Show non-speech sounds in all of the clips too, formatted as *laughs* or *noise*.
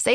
Say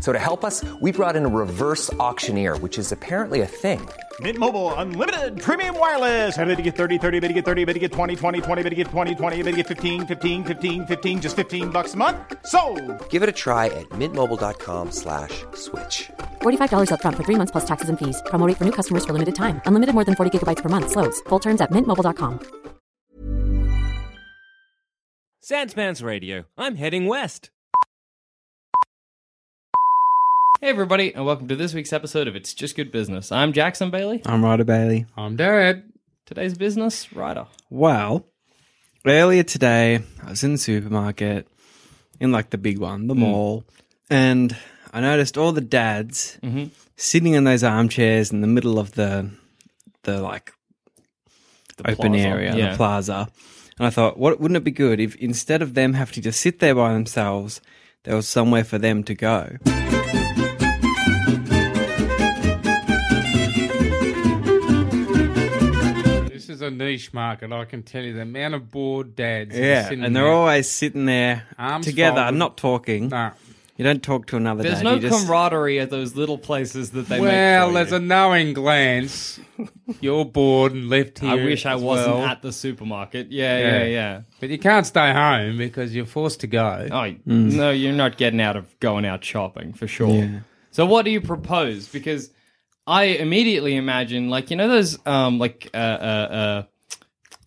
So to help us, we brought in a reverse auctioneer, which is apparently a thing. Mint Mobile unlimited premium wireless. Ready to get 30, 30, bit to get 30, bit to get 20, 20, 20, bit to get 20, 20, bit to get 15, 15, 15, 15 just 15 bucks a month. So, Give it a try at mintmobile.com slash switch. $45 upfront for three months plus taxes and fees. Promo rate for new customers for limited time. Unlimited more than 40 gigabytes per month. Slows. Full terms at mintmobile.com. Sandspans Radio. I'm heading west. Hey, everybody, and welcome to this week's episode of It's Just Good Business. I'm Jackson Bailey. I'm Ryder Bailey. I'm dead. Today's business writer. Well, earlier today, I was in the supermarket, in like the big one, the mall, and I noticed all the dads sitting in those armchairs in the middle of the the like open plaza. area, Yeah. the plaza. And I thought, what wouldn't it be good if instead of them having to just sit there by themselves, there was somewhere for them to go. This is a niche market. I can tell you the amount of bored dads. that are Yeah, sitting and they're there. always sitting there Arms together, folded. not talking. Nah. You don't talk to another There's dad. no you just- camaraderie at those little places that they Well, make. there's a knowing glance. You're bored and left here. I wish I as wasn't well. at the supermarket. Yeah, yeah, Yeah. yeah. But you can't stay home because you're forced to go. Oh, no, you're not getting out of going out shopping for sure. So, what do you propose? Because I immediately imagine, like, you know, those, um, like, uh, uh, uh,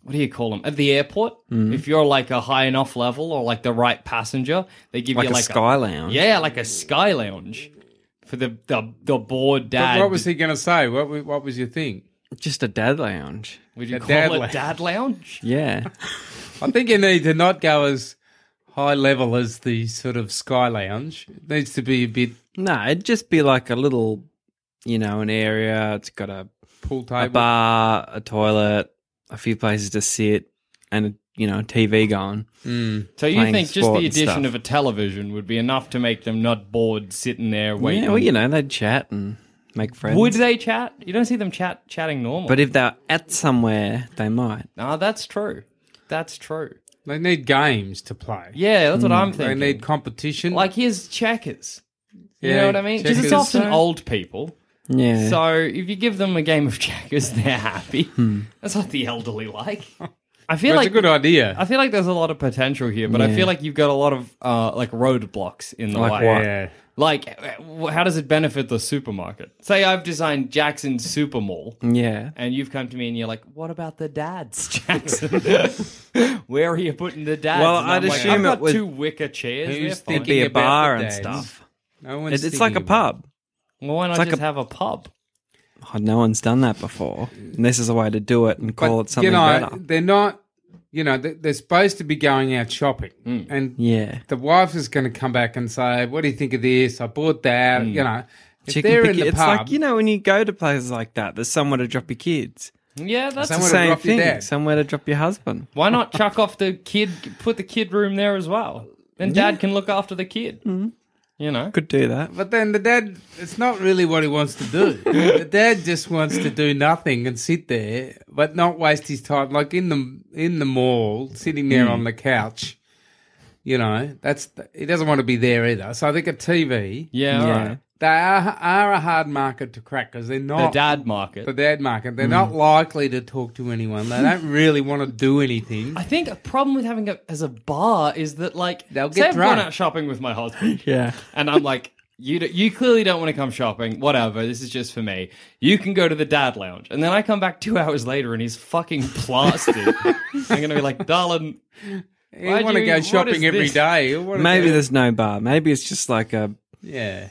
what do you call them at the airport? If you're like a high enough level or like the right passenger, they give like you a like sky lounge. yeah, like a sky lounge for the the, the bored dad. But what was he going to say? What wa- What was your thing? Just a dad lounge. Would you A call dad it lounge. dad lounge? *laughs* Yeah. I think you need to not go as high level as the sort of sky lounge. It needs to be a bit no, it'd just be like a little, you know, an area. It's got a, pool a table. bar, a toilet, a few places to sit, and, a, you know, a TV going. So you Playing think just sport the and addition stuff. of a television would be enough to make them not bored sitting there waiting? yeah, well, you know, they'd chat and make friends. Would they chat? You don't see them chat chatting normal. But if they're at somewhere, they might. no, that's true. That's true. They need games to play. Yeah, that's what I'm Hmm, They thinking. need competition. like here's checkers. You Yeah, know what I mean? Because it's checkers. often old people. Yeah. So if you give them a game of checkers, *laughs* they're happy. That's what the elderly *laughs* like. I feel Well, like it's Hmm. a good idea. I feel like there's a lot of potential here, but I Yeah. feel like you've got a lot of uh, like roadblocks in the Like way. what? Yeah. Like, uh, how does it benefit the supermarket? Say I've designed Jackson's Super Mall, yeah. and you've come to me and you're like, "What about the dads, *laughs* Jackson? Where are you putting the dads?" Well, And I'd I'm like, assume I've it got would- two wicker chairs. Who's they're fine." It'd be Thinking a about bar and the dads. stuff. No one's It's, it's like a thinking about it. pub. Well, why not like just a- have a pub? Oh, no one's done that before. And this is a way to do it and call it you something know, better. they're not. You know, they- they're supposed to be going out shopping, and Yeah. the wife is going to come back and say, "What do you think of this? I bought that." You know, if Chicken they're in picket- the it's pub, like, you know, when you go to places like that, there's somewhere to drop your kids. Yeah, that's It's Somewhere the to same drop your thing. dad. Somewhere to drop your husband. why not chuck off the kid, put the kid room there as well. Then dad can look after the kid. You know, Could do that. but then the dad, it's not really what he wants to do. the dad just wants to do nothing and sit there, but not waste his time, like in the in the mall, sitting there on Hmm. the couch. You know, that's he doesn't want to be there either. So I think a TV. yeah, all Yeah. right. They are, are a hard market to crack because they're Oh. The not dad market. the dad market. They're Hmm. not likely to talk to anyone. They don't really want to do anything. I think a problem with having a as a bar is that like They'll say get I've drunk. gone out shopping with my husband, Yeah. and I'm like, you d you clearly don't want to come shopping. Whatever, this is just for me. You can go to the dad lounge, and then I come back two *laughs* hours later, and he's fucking plastered. I'm gonna be like, darling, You Why do want to you- go what is shopping every this? day. You wanna Maybe go- there's no bar. Maybe it's just like a yeah.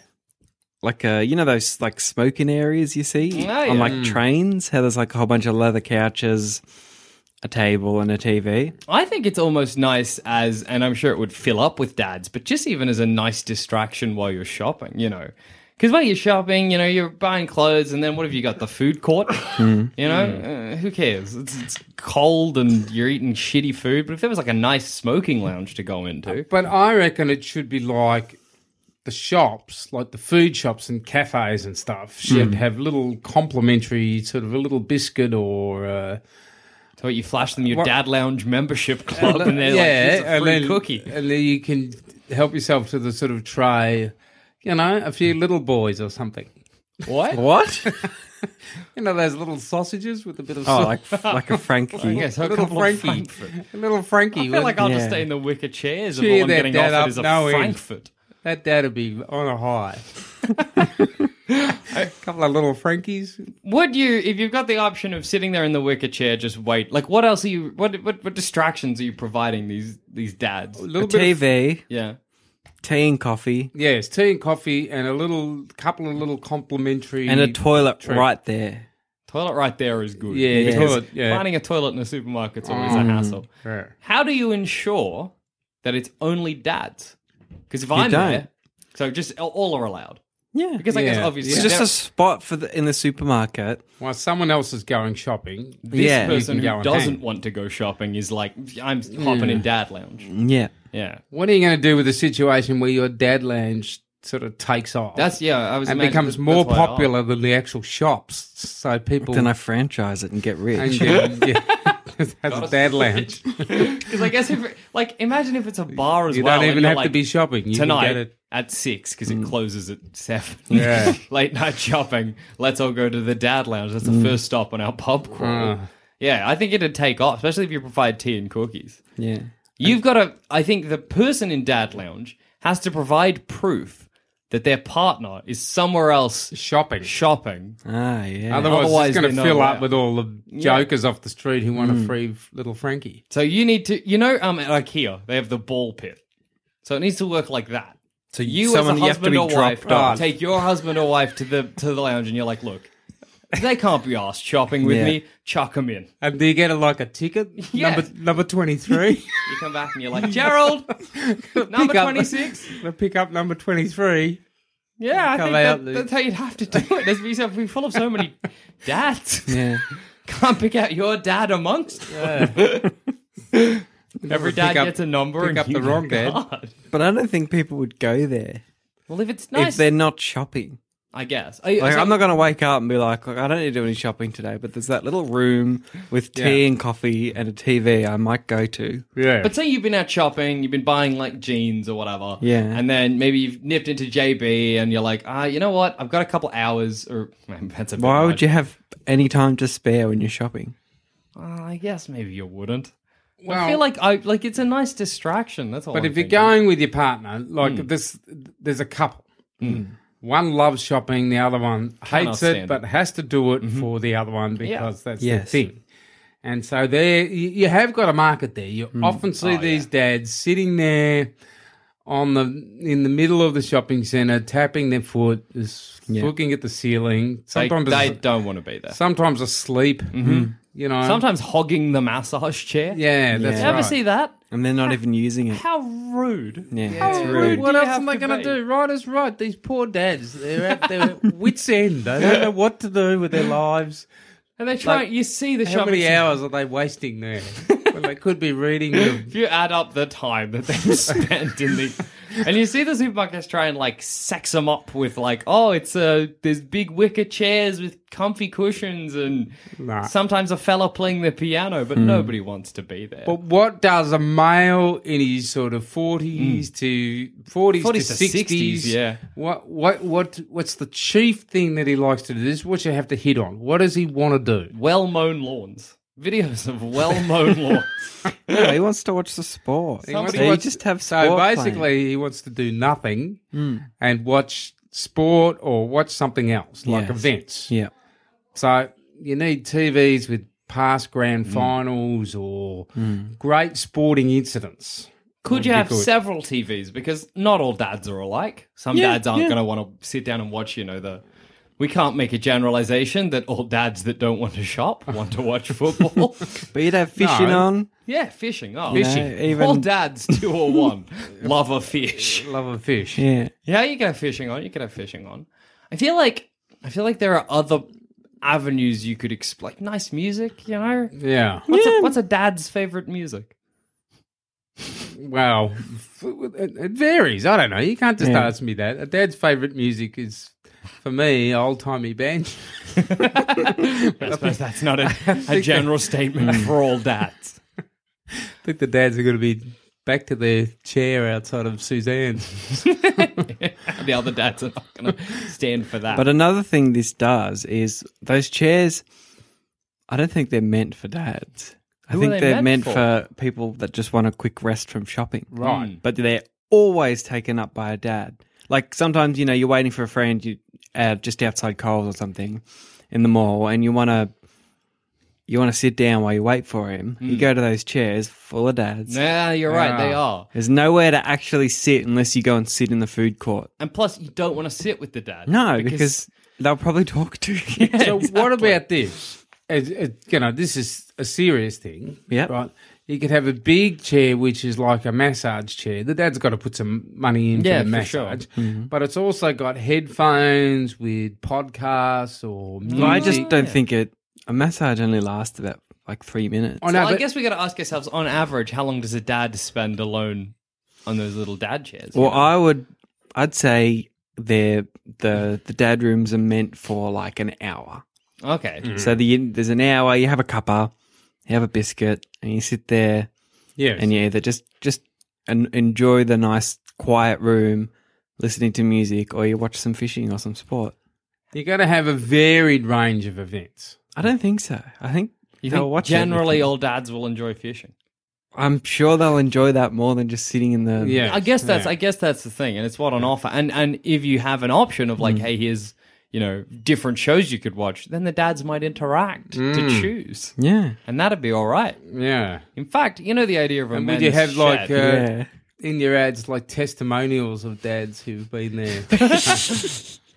like a you know those like smoking areas you see Oh, yeah. on like trains. How there's like a whole bunch of leather couches, a table, and a TV. I think it's almost nice as, and I'm sure it would fill up with dads, but just even as a nice distraction while you're shopping, you know. Because while you're shopping, you know, you're buying clothes, and then what have you got? The food court? You know, uh, who cares? It's, it's cold and you're eating shitty food, but if there was like a nice smoking lounge to go into. But I reckon it should be like the shops, like the food shops and cafes and stuff, should have little complimentary sort of a little biscuit or uh, So you flash them your What- dad lounge *laughs* membership club, and they're like, here's a and free then- cookie. and then you can help yourself to the sort of tray, you know, a few little boys or something. What? What? You know those little sausages with a bit of oh, sau- *laughs* like like a Frankie. Yes, a little couple of Frankie, Frankfurt. a little Frankie. I feel like I'll just Yeah. stay in the wicker chairs and Cheer all I'm that getting dad up offered is a knowing- Frankfurt. That dad'd be on a *laughs* high. *laughs* a couple of little Frankies. Would you, if you've got the option of sitting there in the wicker chair, just wait? Like, what else are you? What what, what distractions are you providing these these dads? A A little bit. of- TV, Yeah, tea and coffee, yes, tea and coffee, and a little couple of little complimentary and a toilet True. right there. toilet right there is good. Yeah, Mm. Because toilet, yeah. finding a toilet in a supermarket's always a hassle. Yeah. How do you ensure that it's only dads? Because if I'm don't. there, so just all- all are allowed. Yeah, Because I guess Yeah. obviously it's just there- a spot for the in the supermarket. While someone else is going shopping, this yeah, person you can go who and doesn't hang. want to go shopping is like, I'm hopping in dad lounge. Yeah, Yeah, what are you going to do with a situation where your dad lounge sort of takes off? that's yeah. I was and imagining- becomes that's more why I asked. popular than the actual shops. So people then I franchise it and get *laughs* *laughs* and rich. then, yeah, *laughs* has a dad lounge. *laughs* Because I guess if like imagine if it's a bar as You well. don't and even you're have to like, be shopping you can get tonight it. Mm. at six because it closes at seven. *laughs* Yeah. *laughs* late night shopping. Let's all go to the dad lounge. That's the Mm. first stop on our pub crawl. Ah. Yeah, I think it'd take off, especially if you provide tea and cookies. yeah, You've got to. I think the person in dad lounge has to provide proof that their partner is somewhere else Shopping. shopping. ah, yeah. Otherwise, Otherwise, it's going they're to fill not up allowed. with all the jokers off the street who Mm. want a free f- little Frankie. So you need to, you know, um, at IKEA they have the ball pit, so it needs to work like that. So you, someone- as you a have to husband be or wife, Ah, dropped off. take your husband or wife to the to the lounge, and you're like, look, they can't be asked shopping with Yeah. me. Chuck them in. And do you get a, like a ticket? *laughs* Yeah. Number number twenty three. You come back and you're like, Gerald, number twenty *laughs* six. Pick up number twenty three. Yeah, I Come think out, that, Luke. that's how you'd have to do it. There's we have- we're full of so many dads. yeah. *laughs* Can't pick out your dad amongst. Every dad Pick up- gets a number. pick and up you- the wrong dad. *laughs* God. But I don't think people would go there Well, if it's nice, if they're not shopping. I guess. Like, So- I'm not going to wake up and be like, "Look, I don't need to do any shopping today, but there's that little room with tea Yeah. and coffee and a TV I might go to. Yeah. But say you've been out shopping, you've been buying like jeans or whatever. Yeah. And then maybe you've nipped into JB and you're like, ah, you know what? I've got a couple hours or *laughs* that's a bit Why much. would you have any time to spare when you're shopping? Ah, I guess maybe you wouldn't. well, I feel like I like it's a nice distraction. That's all. But I'm if you're thinking. Mm. going with your partner, like this, there's a couple. One loves shopping, the other one hates stand Mm-hmm. it, but has to do it for the other one because that's Yes. the thing. And so there, you you have got a market there. You Mm. often Oh, see these dads sitting there on the in the middle of the shopping centre, tapping their foot, just looking at the ceiling. Sometimes, they, they don't want to be there. sometimes asleep. You know, Sometimes hogging the massage chair. yeah, that's You right. ever see that? And they're not even using it. How rude. Yeah, How it's rude. rude. do What you else have am I to going be? to do? Right is right. These poor dads, they're at their wits' end. They don't know what to do with their lives. And they try. you see the How shopping many center- hours are they wasting there? when they could be reading them. If you add up the time that they've *laughs* spent in the And you see the supermarkets try and like sex them up with like, oh, it's uh, there's big wicker chairs with comfy cushions and Nah. Hmm. sometimes a fella playing the piano, but nobody wants to be there. But what does a male in his sort of forties to forties to 40s to sixties? 60s, yeah. What what what what's the chief thing that he likes to do? This is what you have to hit on. What does he want to do? well mown lawns. Videos of well mown *laughs* lawns. No, he wants to watch the sport. He, wants Somebody to watch- just have so sport basically playing. he wants to do nothing and watch sport or watch something else like Yes. events. yeah. So you need TVs with past grand finals or great sporting incidents. Could you be have good. several TVs? Because not all dads are alike. Some Yeah, dads aren't yeah. going to want to sit down and watch, you know, the. We can't make a generalization that all dads that don't want to shop want to watch *laughs* football. But you'd have fishing No. on. yeah, fishing. Oh, You know, fishing. even- All dads, two *laughs* or one, love a fish. Love of fish. Yeah. Yeah, you can have fishing on. You could have fishing on. I feel like I feel like there are other avenues you could explore. Like nice music, you know. Yeah. What's, a, what's a dad's favorite music? Well, f- it it varies. I don't know. You can't just ask me that. Dad's favourite music is, for me, old timey banjo. I suppose that's not a, *laughs* a general statement for all dads. I think the dads are going to be back to their chair outside of Suzanne's. *laughs* the other dads are not going to stand for that. But another thing this does is those chairs. I don't think they're meant for dads. I Who are think they they are meant meant for? people that just want a quick rest from shopping. Right. But they're always taken up by a dad. Like sometimes you know you're waiting for a friend you uh, just outside Coles or something in the mall, and you want to. You want to sit down while you wait for him. You Mm. go to those chairs full of dads. yeah, you're right. They are. There's nowhere to actually sit unless you go and sit in the food court. And plus, you don't want to sit with the dad. No, because, they'll probably *laughs* talk to you. *laughs* So what about this? As- as- you know, this is a serious thing. Yep. Right. You could have a big chair, which is like a massage chair. The dad's got to put some money in Yeah, for the for sure. Mm-hmm. massage, but it's also got headphones with podcasts or music. I just don't think it. A massage only lasts about like three minutes. Oh, no, Well, I but- guess we got to ask ourselves on average, how long does a dad spend alone on those little dad chairs? Well, I would, I'd say they're the the dad rooms are meant for like an hour. Mm. okay. So the there's an hour. You have a cuppa, you have a biscuit, and you sit there Yes. and you either just just and enjoy the nice quiet room, listening to music, or you watch some fishing or some sport. You're going to have a varied range of events. I don't think so. I think You they'll think watch generally everything. all dads will enjoy fishing. I'm sure they'll enjoy that more than just sitting in the Yeah, I guess that's Yeah. I guess that's the thing, and it's what on offer. And and if you have an option of Mm. like, hey, here's you know different shows you could watch, then the dads might interact Mm. to choose, yeah. and that'd be all right. yeah. In fact, you know the idea of a And would men's you have like uh, shed- Yeah. in your ads like testimonials of dads who've been there? *laughs*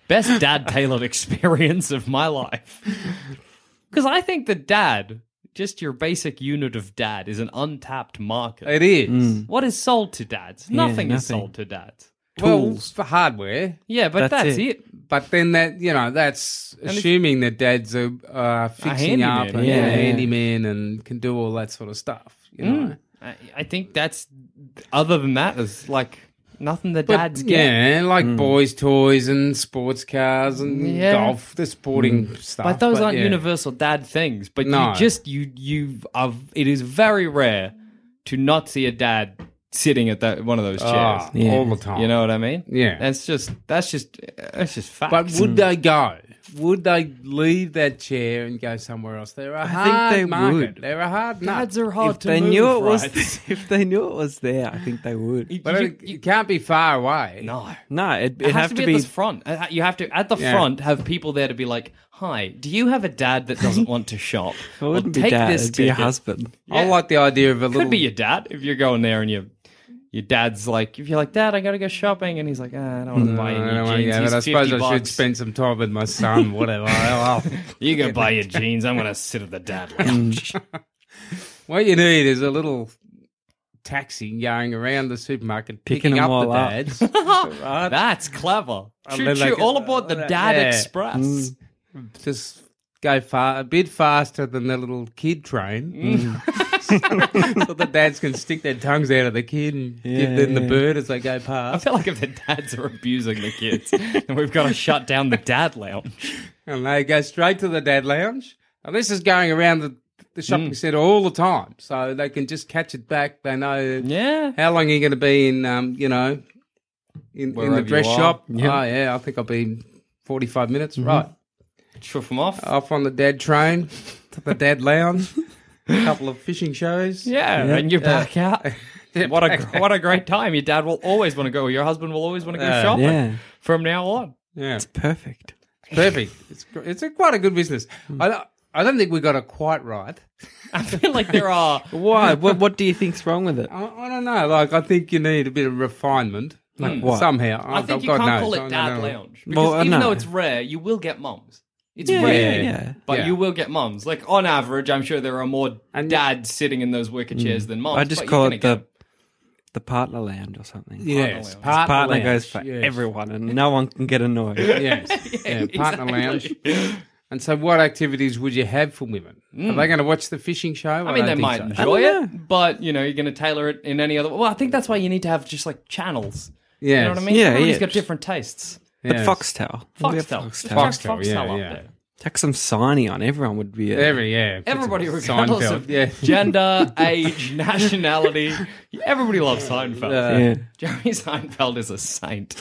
best dad tailored *laughs* experience of my life. Because I think that dad, just your basic unit of dad, is an untapped market. it is What is sold to dads? nothing, is nothing. sold to dads. well for hardware, Yeah, but That's that's, it. it. but then that you know that's it's- assuming that dads are uh, fixing handyman, up and yeah. yeah, Yeah. handyman and can do all that sort of stuff. Mm. You know, I, I think that's other than that is like nothing that But, dads get. Mm. yeah, like boys' toys and sports cars and Yeah. Mm. golf, the sporting stuff. But those aren't yeah. universal dad things. But No. you just you you are. It is very rare to not see a dad sitting at that one of those chairs. Ah, Yeah. all the time. You know what I mean? Yeah. That's just that's just that's just facts. But would they go? Would they leave that chair and go somewhere else? They're a think hard they market. would. They're a hard dads nut. are hard if to they move, knew it right? was *laughs* if they knew it was there, I think they would. *laughs* But You- it, it can't be far away. no. No, it, It it'd has have to be, at the front. Uh, You have to at the Yeah. front have people there to be like, "Hi, do you have a dad that *laughs* doesn't want to shop? It wouldn't be take dad. this It'd be a ticket." husband. I Yeah. like the idea of a Could little. be your dad if you're going there and you. Your dad's like, if you're like, Dad, I gotta go shopping, and he's like, ah, I don't want to buy I any don't wanna jeans. go, but Here's I suppose 50 I should bucks. spend some time with my son. Whatever. I'll- I'll- You *laughs* go buy your jeans. I'm gonna sit at the dad lounge. Mm, what you need is a little taxi going around the supermarket, Picking picking, them up all the up. dads. That's clever. Choo then they choo, get- all aboard *laughs* the Dad Yeah. Mm. Express. Just go far a bit faster than the little kid train. Mm. *laughs* so the dads can stick their tongues out of the kid and give Yeah, them the yeah. bird as they go I past. feel like if the dads are abusing the kids, then we've got to shut down the dad lounge. And they go straight to the dad lounge. And this is going around the, the shopping centre all the time. So they can just catch it back. They know Yeah. how long are you going to be in, um, you know, in, in Wherever the you dress are. shop? Yeah. Oh, yeah, I think I'll be 45 minutes. Right. Chuff them off. Off on the dad train to the dad lounge. A couple of fishing shows. yeah, and you're back *laughs* out. Yeah, What a back gr- what a great time! Your dad will always want to go. Your husband will always want to go Yeah. shopping Yeah. from now on. Yeah. Perfect. Perfect. It's gr- it's a, quite a good business. I don't, I don't think we got it quite right. I feel like there *laughs* are Why? what, what do you think's wrong with it? I, I don't know. Like I think you need a bit of refinement. Like what? Somehow. Oh, I think you God can't knows. call I it don't dad know. lounge because Well, I even know. though it's rare, you will get mums. It's *laughs* Yeah, rare, yeah, yeah. but Yeah. you will get mums. Like on average, I'm sure there are more And- dads sitting in those wicker chairs than mums. Mm. I just but you're call gonna it get the the partner lounge or something. Yes, Partner lounge. partner, partner lounge. goes for Yes. everyone, and no one can get annoyed. *laughs* Yes, yeah, partner lounge. And so, what activities would you have for women? Are they going to watch the fishing show? Mm. I mean, they don't might think so. enjoy it, but you know, you're going to tailor it in any other. Well, I think that's why you need to have just like channels. Yes. You know what I mean? Yeah, Everybody's yeah. got different tastes. But Yes. Foxtel, We have Foxtel, Just Foxtel. chuck Foxtel, yeah, Foxtel up yeah. there. Take some signy on everyone would be. A, Every yeah, Everybody, Seinfeld. regardless of yeah. *laughs* gender, age, nationality, everybody loves Seinfeld. yeah. Jerry Seinfeld is a saint.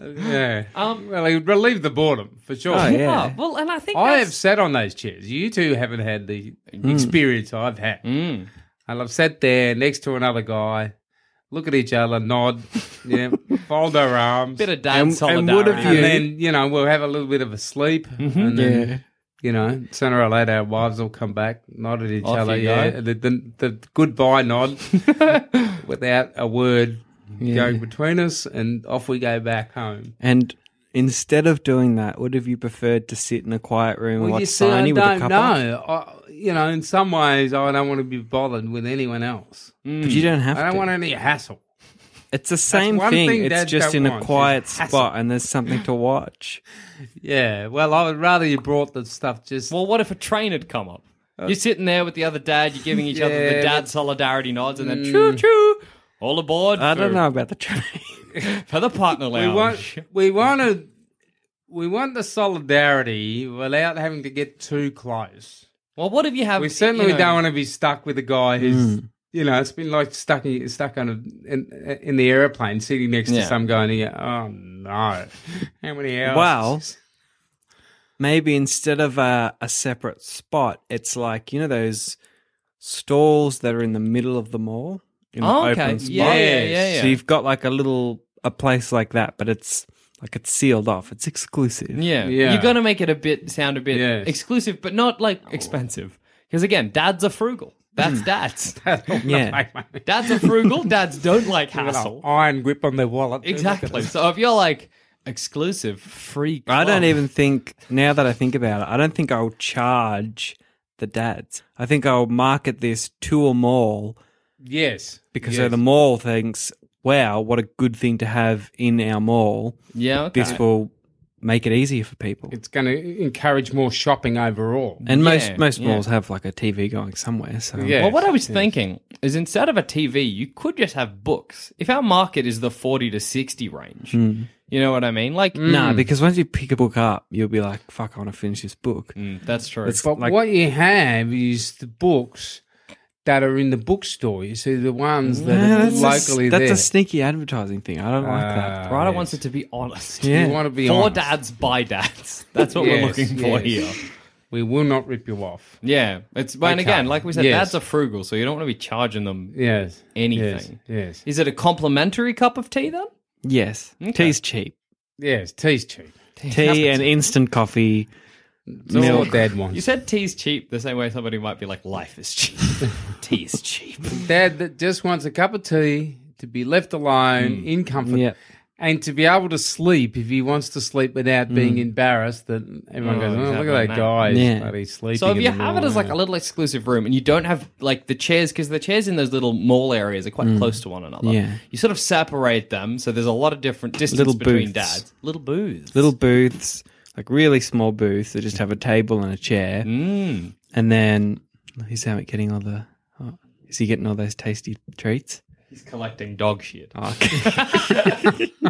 yeah. well, it would relieve the boredom for sure. Oh, yeah. Um, Oh, well, and I think I have that's- sat on those chairs. You two haven't had the Mm. experience I've had. And I've sat there next to another guy, look at each other, nod, *laughs* yeah, fold our arms. bit of dad And- solidarity. and would have and you- then, you Mm-hmm. know, we'll have a little bit of a sleep. And then, Yeah. you know, sooner or later our wives will come back, nod at each Off other. you Yeah. go. The, the, the goodbye *laughs* nod without a word going between us. And off we go back home. And instead of doing that, would have you preferred to sit in a quiet room and Well, watch you see, I signy with a don't couple? know. I, you know, in some ways, I don't want to be bothered with anyone else. But you don't have I don't to. want any hassle. It's the same one thing. thing It's dads just in don't a want, is quiet hassle. spot, and there's something to watch. Yeah. Well, I would rather you brought the stuff just. Well, what if a train had come up? You're sitting there with the other dad, you're giving each other the Yeah, dad solidarity nods, and then choo choo, all aboard. I don't for- know about the *laughs* train. For the partner we lounge. want. We want to. We want the solidarity without having to get too close. well, what if you have. We certainly you know- don't want to be stuck with a guy who's. Mm. You know, it's been like stuck in, stuck on a, in, in the aeroplane, sitting next Yeah. to some guy, and you go, "Oh no, how many hours?" *laughs* Well, maybe instead of a, a separate spot, it's like you know those stalls that are in the middle of the mall in Oh, an okay. open spot. Yeah, yeah, yeah, yeah. So you've got like a little a place like that, but it's like it's sealed off. It's exclusive. Yeah. Yeah. You're going to make it a bit, sound a bit Yes. exclusive, but not like expensive. Because again, dads are frugal. That's Hmm. *laughs* dads. yeah. dads are frugal. Dads don't like Got an hassle. iron grip on their wallet. Exactly. So if you're like exclusive, free. I don't club, even think now that I think about it, I don't think I'll charge the dads. I think I'll market this to a mall Yes, because yes. the mall thinks, "Wow, what a good thing to have in our mall." Yeah. Okay. This will make it easier for people. it's going to encourage more shopping overall. And Yeah, most most yeah. malls have like a TV going somewhere. So Yeah. Well, what I was thinking is instead of a TV, you could just have books. If our market is the 40 to 60 range, you know what I mean? Like, Hmm. Hmm. Nah, because once you pick a book up, you'll be like, "Fuck, I want to finish this book." Hmm. Mm, that's true. It's But like what you have is the books that are in the bookstore. You see the ones that Yeah, are that's, locally a, that's there. Ah, a sneaky advertising thing. I don't like that. Right, I wants it to be honest. *laughs* Yeah. You want to be For honest. dads by dads. *laughs* That's what we're Yes, looking for yes. here. We will not rip you off. Yeah. It's but and Okay. again, like we said, Yes. dads are frugal, so you don't want to be charging them Yes. anything. Yes. Yes. Is it a complimentary cup of tea then? Yes, tea's cheap. yes. Tea's cheap. Tea and instant coffee. It's all what Dad You wants. said tea's cheap the same way somebody might be like, life is cheap. *laughs* tea is cheap. Dad that just wants a cup of tea to be left Mm. alone in comfort. Yep. And to be able to sleep if he wants to sleep without being embarrassed that everyone Mm. Oh, goes, oh, exactly, look at that man." guy. He's Yeah. bloody sleeping. So if in you the have it morning." as like a little exclusive room and you don't have like the chairs, because the chairs in those little mall areas are quite close to one another. Yeah. You sort of separate them, so there's a lot of different distance Little between booths. dads. Little booths. Little booths, like really small booths that Hmm? Mm. just have a table and a chair, and then he's out getting all the. oh, Is he getting all those tasty treats? He's collecting dog shit. Oh, okay. *laughs*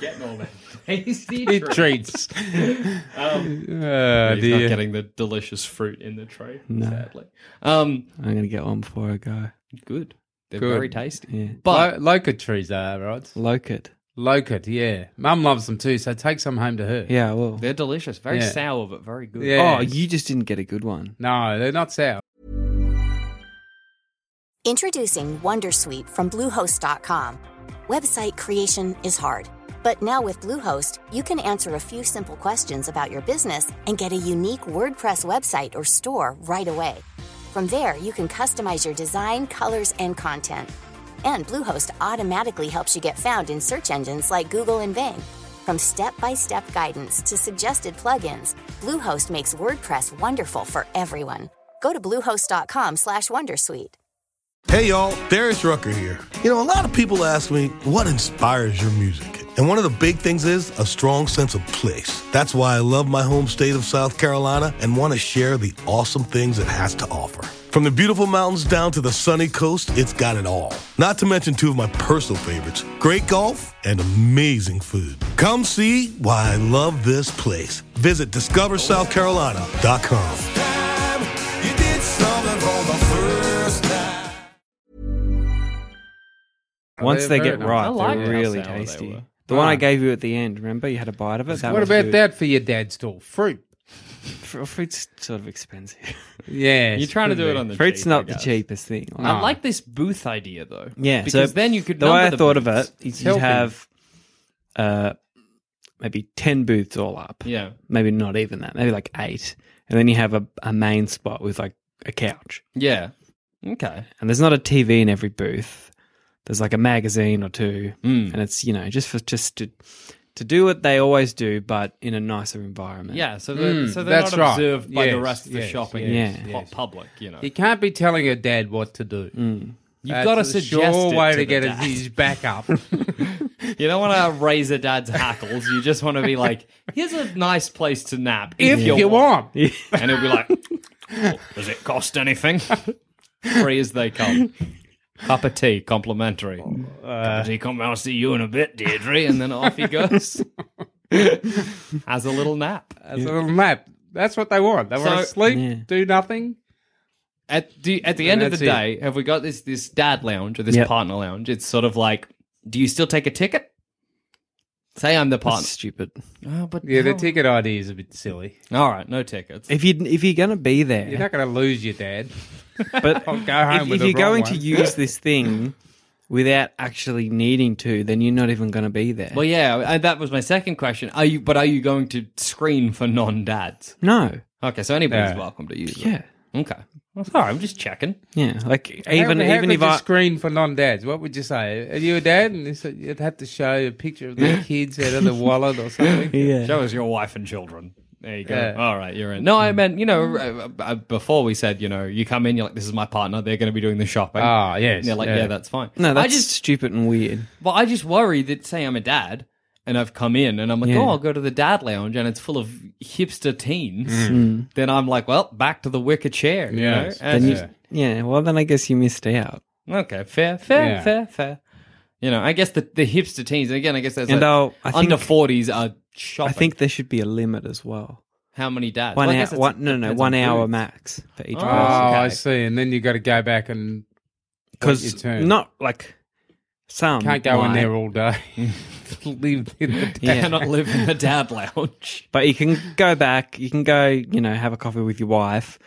Getting all that tasty It *laughs* treat. treats. Um, Uh, he's not Oh, dear. getting the delicious fruit in the tray, sadly. Um, I'm gonna get one before I go. good. They're Good. very tasty. Yeah. But Lo- locust trees are right. Locket. Locust, yeah. Mum loves them too, so take some home to her. Yeah, well. they're delicious. Very Yeah. sour, but very good. Yeah. Oh, you just didn't get a good one. No, they're not sour. Introducing Wondersuite from Bluehost.com. Website creation is hard, but now with Bluehost, you can answer a few simple questions about your business and get a unique WordPress website or store right away. From there, you can customize your design, colors, and content. And Bluehost automatically helps you get found in search engines like Google and Bing. From step-by-step guidance to suggested plugins, Bluehost makes WordPress wonderful for everyone. Go to bluehost.com/wondersuite. slash Wondersuite. Hey y'all, Darius Rucker here. You know, a lot of people ask me, what inspires your music? And one of the big things is a strong sense of place. That's why I love my home state of South Carolina and want to share the awesome things it has to offer. From the beautiful mountains down to the sunny coast, it's got it all. Not to mention two of my personal favorites great golf and amazing food. Come see why I love this place. Visit discoversouthcarolina.com. Oh, Once they very get nice. right, I liked they're how really sour they tasty. were. Ah. The one I gave you at the end, remember? You had a bite of it. That what was about good. that for your dad's store? Fruit. Fr- Fruit's sort of expensive. Yeah. You're trying to do it on *laughs* the Fruit's cheap, I not the guess. cheapest thing. I like this booth idea though. Ah. Yeah, because so then you could. The way number I thought of booths. it is you'd helping. have uh, maybe ten booths all up. Yeah, maybe not even that. Maybe like eight, and then you have a, a main spot with like a couch. yeah. Okay. And there's not a TV in every booth. There's like a magazine or two, Mm. and it's you know just for just to to do what they always do, but in a nicer environment. *laughs* Yeah, so they're, Mm, so they're that's not right. observed by the Yes, rest of the yes, shopping yes, pu- yes. public. You know, You can't be telling your dad what to do. you've got to Mm. That's a suggest sure it way to, the get dad. his back *laughs* up. You don't want to raise a dad's hackles. You just want to be like, here's a nice place to nap if you want. and he'll be like, "Well, does it cost anything? Free as they come. Cup of tea, complimentary. Oh, Cup uh, of tea, come. I'll see you in a bit, Deirdre, and then off he *laughs* goes. Has a little nap. That's a little nap. That's what they want. They want to So- sleep, do nothing. at the at the end of the that's day, have we got this this dad lounge or this Yep. partner lounge? It's sort of like, do you still take a ticket? Say I'm the That's *laughs* partner. stupid. Oh, but Yeah, the how- ticket idea is a bit silly. All right, no tickets. If you if you're gonna be there, You're not going to lose your dad. but I'll go home if, with if the you're wrong going to one. *laughs* use this thing without actually needing to, then you're not even going to be there. well, yeah, I, that was my second question. Are you? But are you going to screen for non-dads? no. Okay, so anybody's Yeah. welcome to use Yeah. it. Okay, well, sorry, I'm just checking. Yeah. Like even how, how even could if you I screen for non-dads, what would you say? Are you a dad? And you said you'd have to show a picture of *laughs* the kids out of the wallet or something. yeah. Show us your wife and children. There you go. Yeah. All right, you're in. No, I meant you know uh, uh, before we said you know you come in, you're like this is my partner. They're going to be doing the shopping. Ah, yes. and they're like yeah, that's fine. No, that's I just stupid and weird. Well, I just worry that say I'm a dad and I've come in and I'm like, Yeah. oh, I'll go to the dad lounge and it's full of hipster teens. Then I'm like, well, back to the wicker chair. You Yes. know? And Then it's- Yeah. Well, then I guess you missed out. Okay, fair, fair, Yeah. fair, fair. You know, I guess the, the hipster teens, and again, I guess that's And uh, like I'll- I under think- 40s are shopping. I think there should be a limit as well. how many dads? One Well, I hour. guess it's- *laughs* One, no, no, depends one on hour booths. max for each Oh, Oh, person. I Okay. see. And then you got to go back and your Because turn. not like some can't go in might, there *laughs* all day. *laughs* Live in the I Yeah. cannot live in the dad *laughs* lounge. But you can go back. You can go. You know, have a coffee with your wife,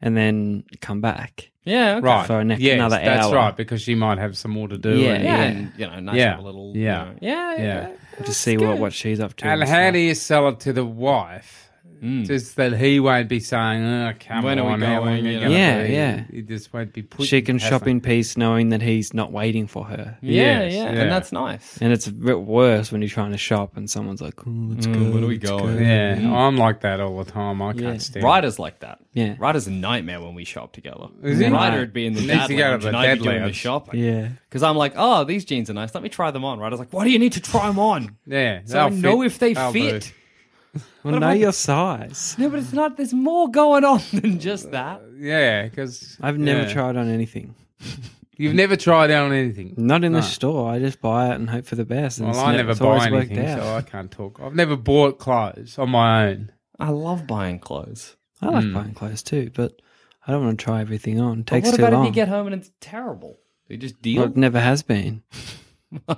and then come back. Yeah, okay. Right. For an- yes, another that's hour. right, because she might have some more to do. Yeah. and- Yeah, and, you know, nice Yeah. little little. Yeah. you know, yeah, Yeah. yeah. Just see what, what she's up to. And stuff. how do you sell it to the wife? Just that he won't be saying, oh, come Mm. When are we on, how going?" long are you Yeah. gonna Yeah, be? yeah. He just won't be put she can shop hassle. in peace, knowing that he's not waiting for her. Yeah, Yes, yeah, yeah. and that's nice. And it's a bit worse when you're trying to shop and someone's like, oh, let's go. Where Mm, do we let's go? Yeah, Mm-hmm. I'm like that all the time. I can't stand it. Riders like that. Yeah. Riders a nightmare when we shop together. Is he? Rider would be in the Needs dad to go to lounge the and I'd be dad doing the lounge. shopping. Yeah. Because I'm like, oh, these jeans are nice. Let me try them on. Rider's like, why do you need to try them *laughs* on? Yeah, So I they'll know fit. if they They'll fit. do. Well, know your size. No, but it's not. There's more going on than just that. Yeah, because I've never tried on anything. You've never tried out on anything. Not in No. the store. I just buy it and hope for the best. And Well, it's I ne- never it's buy always worked anything, out. so I can't talk. I've never bought clothes on *laughs* my own. I love buying clothes. I, like buying clothes too, but I don't want to try everything on. But It takes what too about long. if you get home and it's terrible? You just Well, *laughs* deal. Oh, it never has been.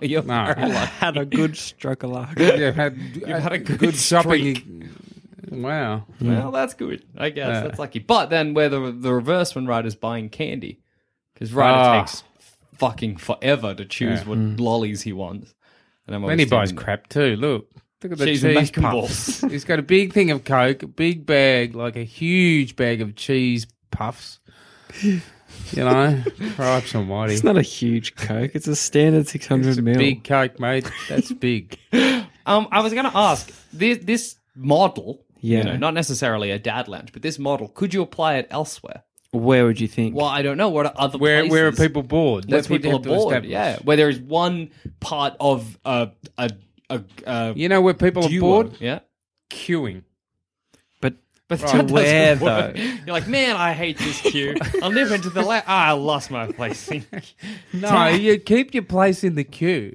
You're No. very lucky. *laughs* Had a good stroke of luck. You've had, had a good Wow. Well, that's good. I guess Yeah. that's lucky. But then, where the the reverse one rider's buying candy, because rider Ah. takes fucking forever to choose Yeah. Mm. what lollies he wants. And I'm Then he always buys doing crap too. Look. Look at the Cheese cheese, and bacon puffs. balls. *laughs* He's got a big thing of Coke, a big bag, like a huge bag of cheese puffs. You *laughs* know? Cripes almighty. It's not a huge Coke. It's a standard 600 It's a mil. big Coke, mate. That's *laughs* big. Um, I was going to ask this this model, Yeah. you know, not necessarily a dad lounge, but this model, could you apply it elsewhere? Where would you think? Well, I don't know. What are other Where places where are people bored? where That's what you people are have to bored? establish. Yeah, where there is one part of a a a, a You know where people are duo. bored? *laughs* Yeah. Queuing. But But Right. that doesn't Where, work. *laughs* though? You're like, man, I hate this queue. I live into the la- ah, I lost my place. *laughs* but No, you keep your place in the queue.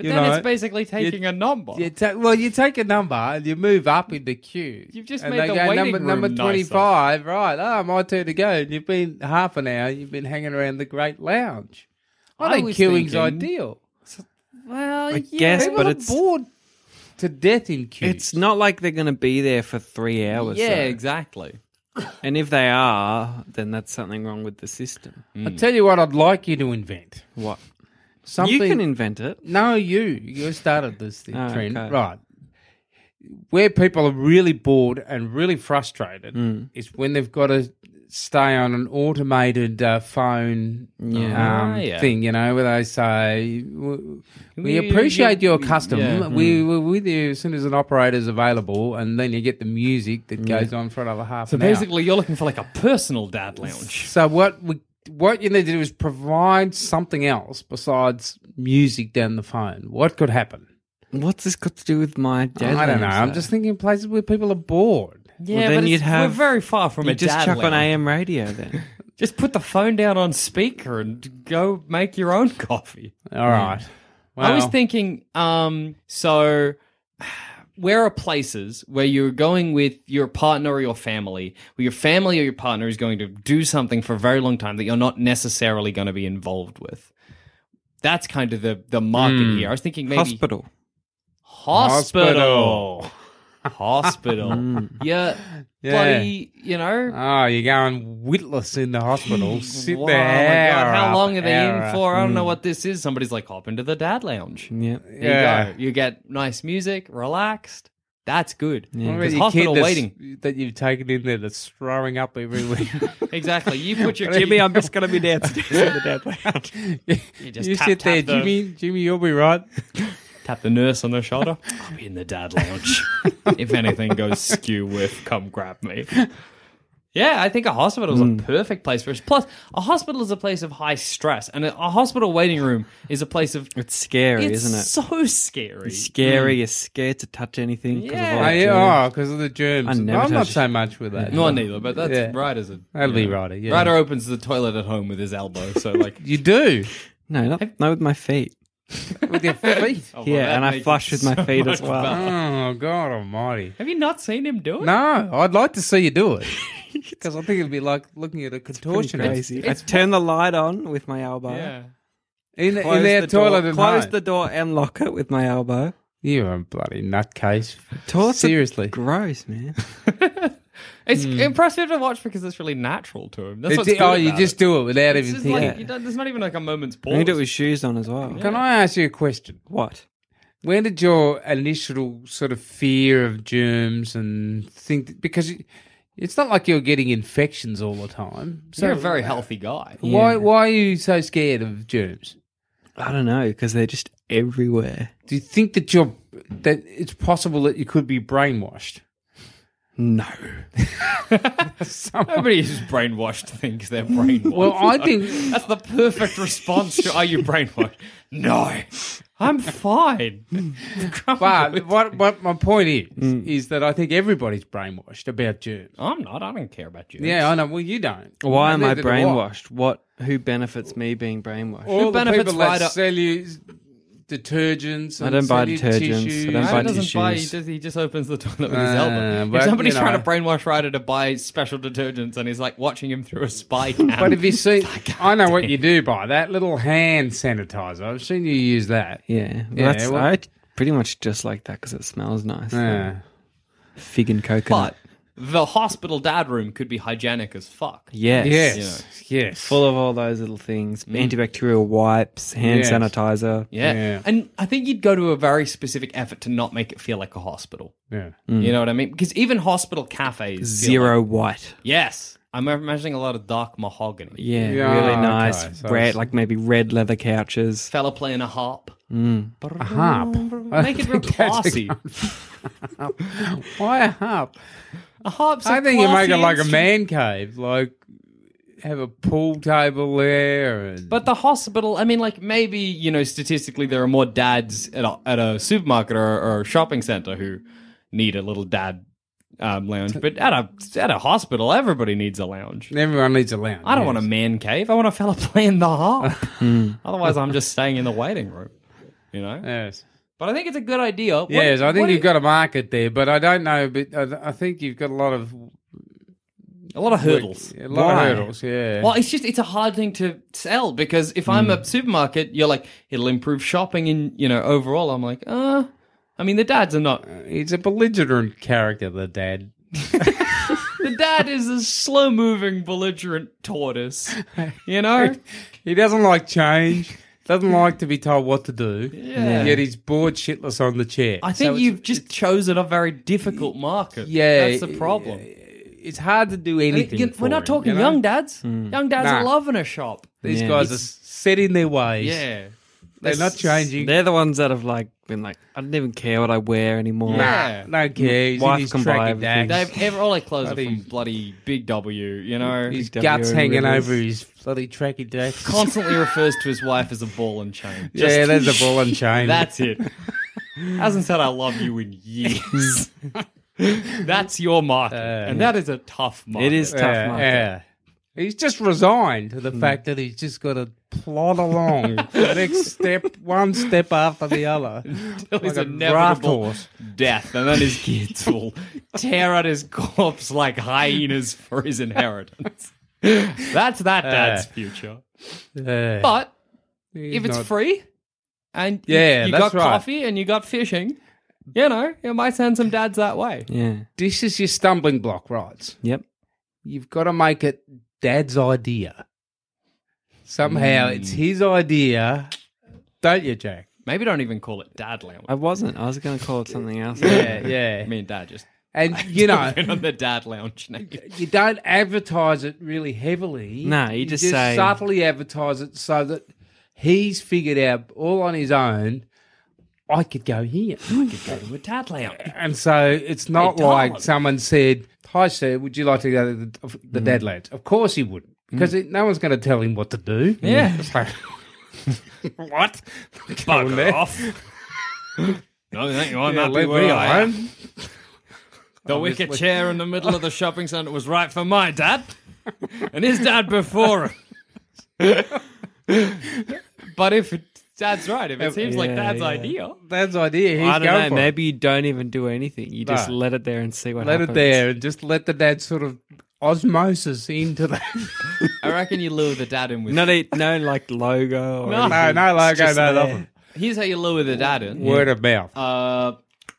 You then know, it's basically taking a number. *laughs* You ta- well, you take a number and you move up in the queue. You've just and made they the go, waiting number, room number nicer." twenty-five. Right? Ah, my turn to go. And you've been half an hour. You've been hanging around the great lounge. I, I think was queuing's thinking- ideal. well, I guess, People but are it's bored to death in queues. it's not like they're going to be there for three hours. yeah, though. exactly. And if they are, then that's something wrong with the system. I tell you what, I'd like you to invent What? something. You can invent it. No, you. You started this thing, Ah, Oh, Trent. okay. Right. Where people are really bored and really frustrated Hmm. is when they've got to stay on an automated uh, phone Yeah. um, Ah, yeah. thing, you know, where they say, "W- We You- appreciate you- your custom. yeah. Hmm. We were with you as soon as an operator's available, and then you get the music that goes on for another half So an hour. basically, you're looking for like a personal dad lounge. So what we what you need to do is provide something else besides music down the phone. What could happen? What's this got to do with my dad? I don't know. names, I'm though? just thinking places where people are bored. Yeah, Well, then but you'd it's- have we're very far from You a just dad chuck on lounge. AM radio *laughs* then. Just put the phone down on speaker and go make your own *laughs* coffee. All right. I was Well, thinking, um, so where are places where you're going with your partner or your family, where your family or your partner is going to do something for a very long time that you're not necessarily going to be involved with? That's kind of the the market Hmm. here. I was thinking maybe Hospital. *laughs* hospital, hospital. yeah, Hmm. Yeah. bloody, you know. Oh, you're going witless in *laughs* the hospital. Sit Wow, there. my God, how hour long are they hour. Hmm. in for? I don't know what this is. Somebody's like, hop into the dad lounge. Yeah. There Yeah. you go. You get nice music, relaxed. That's good. What about Because your kid hospital that's- waiting. *laughs* that you've taken in there that's throwing *laughs* up everywhere. *laughs* Exactly. You put your kid. *laughs* Jimmy, I'm just going to be downstairs in the dad lounge. You you just tap- sit tap there, the- Jimmy. Jimmy, you'll be right. Tap the nurse on the shoulder. I'll be in the dad lounge. if anything goes skew with, come grab me. Yeah, I think a hospital Hmm. is a perfect place for us. Plus, a hospital is a place of high stress, and a a hospital waiting room is a place of. It's scary, It's isn't it? so scary. It's scary. You're scared to touch anything. 'cause Yeah. Of all Oh, the yeah, because of the germs. I never I'm not touch- so much with that. No, neither, but that's Yeah. Ryder's a. That'll be yeah. Ryder, yeah. Ryder opens the toilet at home with his elbow, so like. You do No, not, not with my feet. with *laughs* your feet. oh, well, that yeah, and I makes flush it with my so feet as much well. better. oh God Almighty! Have you not seen him do it? No, I'd like to see you do *laughs* it because I think it'd be like looking at a Pretty contortionist crazy. it's- I turn the light on with my elbow. Yeah. in, Close in their the toilet door, at Close home. the door and lock it with my elbow. You're a bloody nutcase. Toilets are Seriously. gross, man. It's impressive to watch because it's really natural to him. That's It's- what's good Hmm. oh, you about just it. do it without It's even just thinking. like, you don't, there's not even like a moment's I pause. need it with shoes on as well. Can I ask you a question? What? Where did your initial sort of fear of germs and think because it- it's not like you're getting infections all the time. So You're a very healthy guy. why why are you so scared of germs? I don't know because they're just everywhere. Do you think that you're that it's possible that you could be brainwashed? No. Everybody who's brainwashed thinks *laughs* they're brainwashed. Well, I think- *laughs* that's the perfect response to "Are you brainwashed?" No, I'm fine. *laughs* But what, what my point is, Mm. is that I think everybody's brainwashed about germs. I'm not. I don't care about you. Yeah, I know. Well, you don't. Why am I Neither do brainwashed? What? Who benefits me being brainwashed? All the benefits people that Ryder- sell you detergents. I and don't buy sell you detergents. I tissues. don't Ryder buy doesn't tissues. buy. He, does, he just opens the toilet with his Uh, elbow. but, If somebody's you know. trying to brainwash Ryder to buy special detergents, and he's like watching him through a spy cam. *laughs* *laughs* But have you seen? I know what you do by that little hand sanitizer. I've seen you use that. Yeah. Well, Yeah, that's, well- I pretty much just like that because it smells nice. Yeah. Fig and coconut. but the hospital dad room could be hygienic as fuck. yes. Yes. Yeah. Yes. Full of all those little things antibacterial wipes, hand Yes. sanitizer. Yeah. Yeah. And I think you'd go to a very specific effort to not make it feel like a hospital. yeah. You know what I mean? Because even hospital cafes. feel like- Zero white. yes. I'm imagining a lot of dark mahogany. Yeah, Yeah, really okay, nice. so it's- red, like maybe red leather couches. Fella playing a harp. A harp. Make it real classy. Why a harp? A harp's a I think you make classy it like a instrument. man cave. Like have a pool table there. And, But the hospital, I mean, like maybe you know, statistically, there are more dads at a, at a supermarket or, or a shopping center who need a little dad um, lounge. But at a at a hospital, everybody needs a lounge. everyone needs a lounge. I don't yes. Hmm. want a man cave. I want a fella *laughs* playing the *laughs* harp. Otherwise, I'm just staying in the waiting room. You know. Yes. But I think it's a good idea. What- yes, I what think do you've you- got a market there, but I don't know. But I, I think you've got a lot of a lot of hurdles. a lot Why? of hurdles. Yeah. Well, it's just it's a hard thing to sell because if Hmm. I'm a supermarket, you're like it'll improve shopping and you know overall. I'm like, uh, I mean the dads are not. He's a belligerent character, the dad. The dad is a slow moving belligerent tortoise. You know, *laughs* He doesn't like change. *laughs* Doesn't like to be told what to do. Yeah. Yet he's bored shitless on the chair. I So think it's- you've just chosen a very difficult market. Yeah, that's the problem. It's hard to do I mean, anything. you- for we're not him, talking you know? Hmm. young dads. Young dads are Nah. loving a shop. These Yeah. guys are set in their ways. Yeah. They're not changing. They're the ones that have like been like, I don't even care what I wear anymore. Yeah. No care. He's in Wife his can buy tracky everything. dacks. They've ever, all their clothes are Bloody- from bloody Big W, you know. His W guts and hanging rivers. over his bloody tracky *laughs* dacks. Constantly refers to his wife as a ball and chain. Just- yeah, there's a ball and *laughs* chain. That's it. Hasn't said I love you in years. *laughs* That's your market, and that is a tough market. It is tough yeah, market. Hmm. yeah. He's just resigned to the fact that he's just got to *laughs* plod along the next step, one step after the other. Till his like a draft inevitable horse. death, and then his kids will tear out his corpse like hyenas for his inheritance. That's that dad's future. Yeah. Uh, But He's if it's not- free and you- Yeah, you that's got right. coffee and you got fishing, you know, it might send some dads that way. Yeah. this is your stumbling block, right? Yep. You've got to make it dad's idea. Somehow Hmm. it's his idea, don't you, Jack? Maybe don't even call it dad lounge. I wasn't. I was going to call it something *laughs* else. Yeah, yeah. Me and dad just And *laughs* you know, put on the dad lounge name. you don't advertise it really heavily. No, you just say- subtly advertise it so that he's figured out all on his own. I could go here, Go to a dad *laughs* lounge. and so it's not Hey, Tom. like someone said, "Hi, sir, would you like to go to the, of- the Mm. dad lounge?" Of course he wouldn't, because no one's going to tell him what to do. *laughs* Yeah. So- what? Going Bugger there. off. *laughs* no, thank you. I'm Yeah, happy leave where me I am. alone. The wicker chair in the middle of the shopping centre was right for my *laughs* dad and his dad before him. *laughs* but if it, dad's right, if it seems like Yeah, dad's yeah. idea, Dad's idea. He's I going don't for know. it. Maybe you don't even do anything. You just No. let it there and see what let happens. it there and just let the dad sort of osmosis *laughs* into that. I reckon you lure the dad in with. Not a, no like logo or *laughs* No. no, no logo, just no there. nothing. Here's how you lure the dad in. Word of mouth. Uh,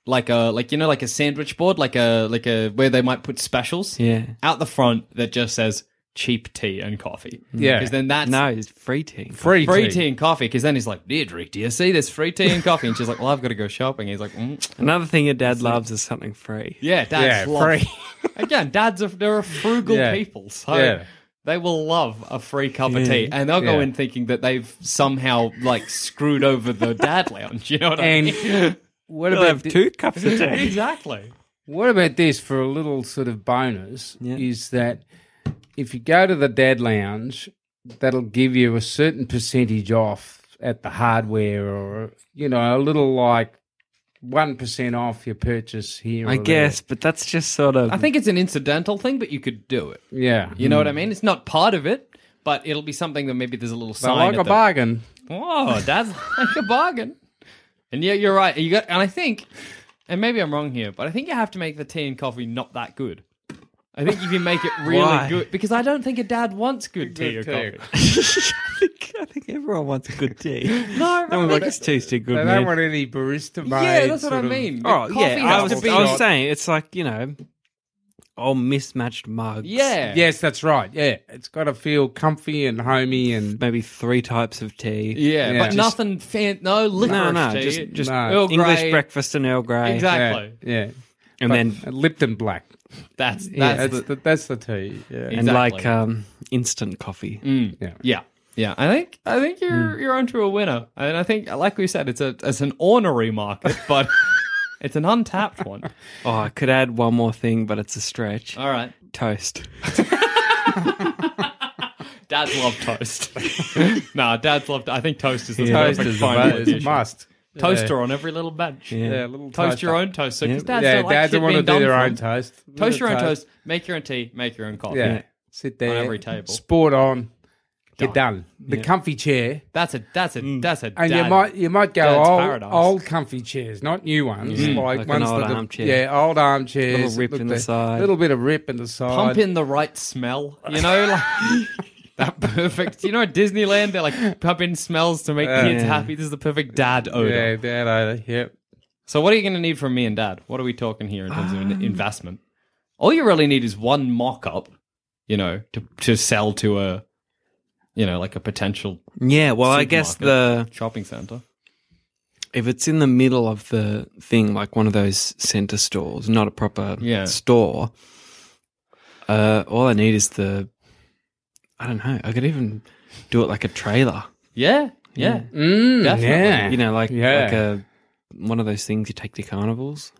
like a like you know like a sandwich board like a like a where they might put specials Yeah. out the front that just says cheap tea and coffee Yeah. because then that's No, it's free tea. free, free tea and coffee because then he's like Deirdre do you see there's free tea and coffee and she's like well I've got to go shopping he's like mm. Another thing your dad loves is something free. yeah dads Yeah, love free. *laughs* again dads are they're a frugal Yeah. people so Yeah. Mm. they will love a free cup of tea and they'll go Yeah. in thinking that they've somehow like screwed over the dad lounge *laughs* you know what I mean And what You'll about have di- *laughs* two cups of tea. exactly What about this for a little sort of bonus? Is that if you go to the Dad Lounge, that'll give you a certain percentage off at the hardware, or you know, a little like one percent off your purchase here. I or there. guess, but that's just sort of. I think it's an incidental thing, but you could do it. yeah. You know what I mean? It's not part of it, but it'll be something that maybe there's a little But sign. like at a the- bargain. Whoa, Oh, *laughs* that's like a bargain. And yeah, you're right. You got, and I think, and maybe I'm wrong here, but I think you have to make the tea and coffee not that good. I think if you make it really Why? good, because I don't think a dad wants good tea or tea or coffee. *laughs* I think I think everyone wants a good tea. *laughs* no, no one's like this tea's too good. They man." don't want any barista. yeah, that's what I mean. Oh The coffee yeah, I has was, to be- I was saying it's like you know, all mismatched mugs. yeah, Yes, that's right. Yeah, it's got to feel comfy and homey and maybe three types of tea. yeah, Yeah. but Just- nothing fan, no licorice no, no, tea. just just No. Earl English Grey. breakfast and Earl Grey. exactly. yeah, yeah. And But then Lipton Black. That's that's, Yeah, that's, the, the, that's the tea. Yeah. and exactly. Mm. like um, instant coffee. yeah. Yeah. Yeah, I think I think Hmm. you're you're onto a winner, and I think, like we said, it's a it's an ornery market, *laughs* but it's an untapped *laughs* one. Oh, I could add one more thing, but it's a stretch. All right, Toast. dads love *laughs* toast. nah, dads love. I think toast is the Yeah. toast Toast perfect is final a, is a addition. must. Toaster on every little bench. Yeah, a little Toast toaster. your own toast. So 'cause dads yeah, don't like dads shit want to being do done their for own them. toast. Toast your own Little toast. Make your own tea. Make your own coffee. Yeah. Sit there. every table. Sport on. You're done. The comfy chair. That's a that's a that's a. dad. And you might you might go Dad's old paradise. old comfy chairs, not new ones, like, Like an ones old that are- armchair. Yeah, old armchairs. Little rip Look, in the side. little bit of rip in the side. pump in the right smell. You *laughs* know, like that perfect. You know, at Disneyland, they're like pump in smells to make kids Yeah. happy. This is the perfect dad odor. Yeah, that odor. Yep. So, what are you going to need from me and dad? What are we talking here in terms of *sighs* an investment? All you really need is one mock up, you know, to, to sell to a, you know, like a potential Yeah, well, I guess the supermarket, shopping center. if it's in the middle of the thing, like one of those center stores, not a proper Yeah. store. Uh, all I need is the, I don't know. I could even do it like a trailer. Yeah, yeah. Mm, Definitely. Yeah. You know, like Yeah. like a one of those things you take to carnivals,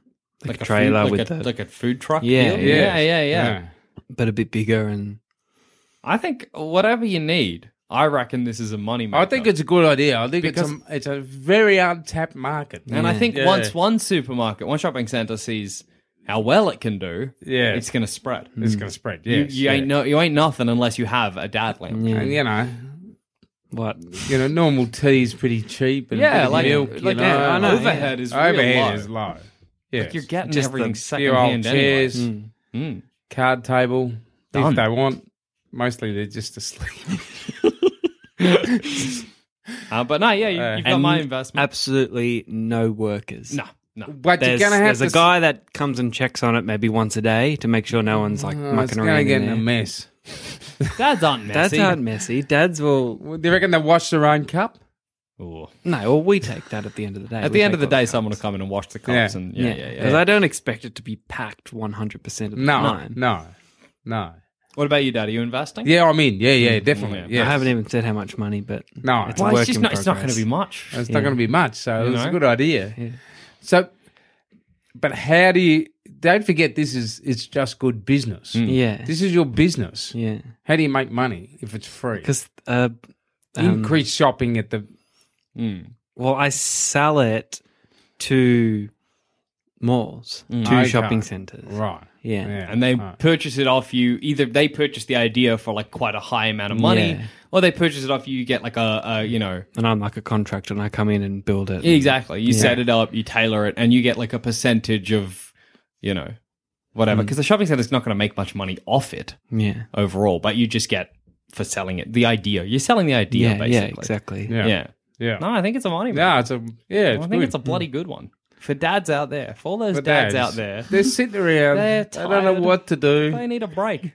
like, a food- trailer like with a, the, like a food truck. Yeah, deal? yeah. yeah, yeah, yeah. but a bit bigger and I think whatever you need, I reckon this is a money. I think it's a good idea. I think Because- it's a, it's a very untapped market. Mm. And I think Yeah. once one supermarket, one shopping center sees how well it can do, Yeah. it's going to spread. Mm. It's going to spread. You, Yes, you ain't no, you ain't nothing unless you have a dad Mm. lamp. And you know, what? you know, normal tea is pretty cheap. And a bit Yeah, of like, milk, you like know, yeah, I know, overhead is real overhead low. is low. Yeah, You're getting Just everything the Hmm. few old secondhand anyway. chairs, Mm. card table, Done. if they want. Mostly they're *laughs* just asleep. Uh, but no, yeah, you, Uh, you've got my investment. Absolutely no workers. no, no. But There's, you're gonna have there's a to guy that comes and checks on it maybe once a day to make sure no one's like Oh, it's mucking gonna around. get In in a there. mess. *laughs* Dads aren't Dads messy. aren't messy. Dads will Well, Do you reckon they wash their own cup? Ooh. no. Well, we take that at the end of the day. At We the end take of the all day, cups. someone will come in and wash the cups, Yeah. and yeah, yeah, yeah. Because I don't expect it to be packed one hundred percent of the No, time. no, no. What about you, Dad? Are you investing? Yeah, I'm in. Yeah, yeah, definitely. Yeah. Yeah, Hmm. I haven't even said how much money, but No. it's a Well, work it's just in not. It's not going to progress. Uh, be much. It's not going to be much, so You it's know? a good idea. So, but how do you? Don't forget, this is it's just good business. Mm. Yeah, This is your business. yeah. How do you make money if it's free? Because uh, um, Increase shopping at the well, I sell it to malls, Mm. to Okay. shopping centres. right. Um, Yeah. and they uh. right. purchase it off you. Either they purchase the idea for like quite a high amount of money, Yeah. or they purchase it off you. You get like a, a you know And I'm like a contractor, and I come in and build it. exactly. You set it up, you tailor it, and you get like a percentage of you know whatever. Because the shopping center is not going to make much money off it Yeah. overall, but you just get for selling it the idea. You're selling the idea, Yeah. basically. Yeah. Exactly. Yeah. Yeah. Yeah. Yeah. No, I think it's a money. maker. No, it's a yeah. It's I think good. it's a bloody good one for dads out there. For all those For dads, dads. out *laughs* there, They're sitting *laughs* around. They're they don't know tired. what to do. they need a break.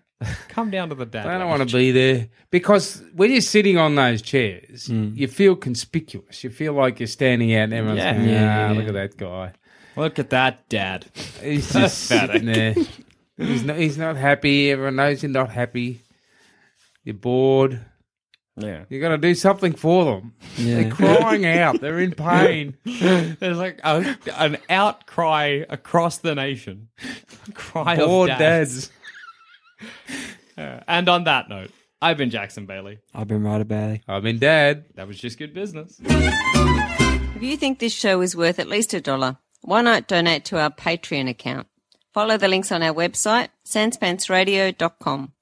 Come down to the dad. I don't lounge. want to be there because when you're sitting on those chairs, you feel conspicuous. You feel like you're standing out, and everyone's Mm. Yeah. going, "Ah, Yeah, yeah. look at that guy. Look at that, dad. He's just Pathetic. sitting there. He's not. He's not happy. Everyone knows you're not happy. You're bored. Yeah. You got to do something for them. They're crying out. They're in pain. There's like a, an outcry across the nation. A *laughs* cry Poor of dads. dads. And on that note, I've been Jackson Bailey. I've been right about it. I mean, dad. That was just good business. If you think this show is worth at least a dollar, why not donate to our Patreon account? Follow the links on our website, sanspantsradio.com.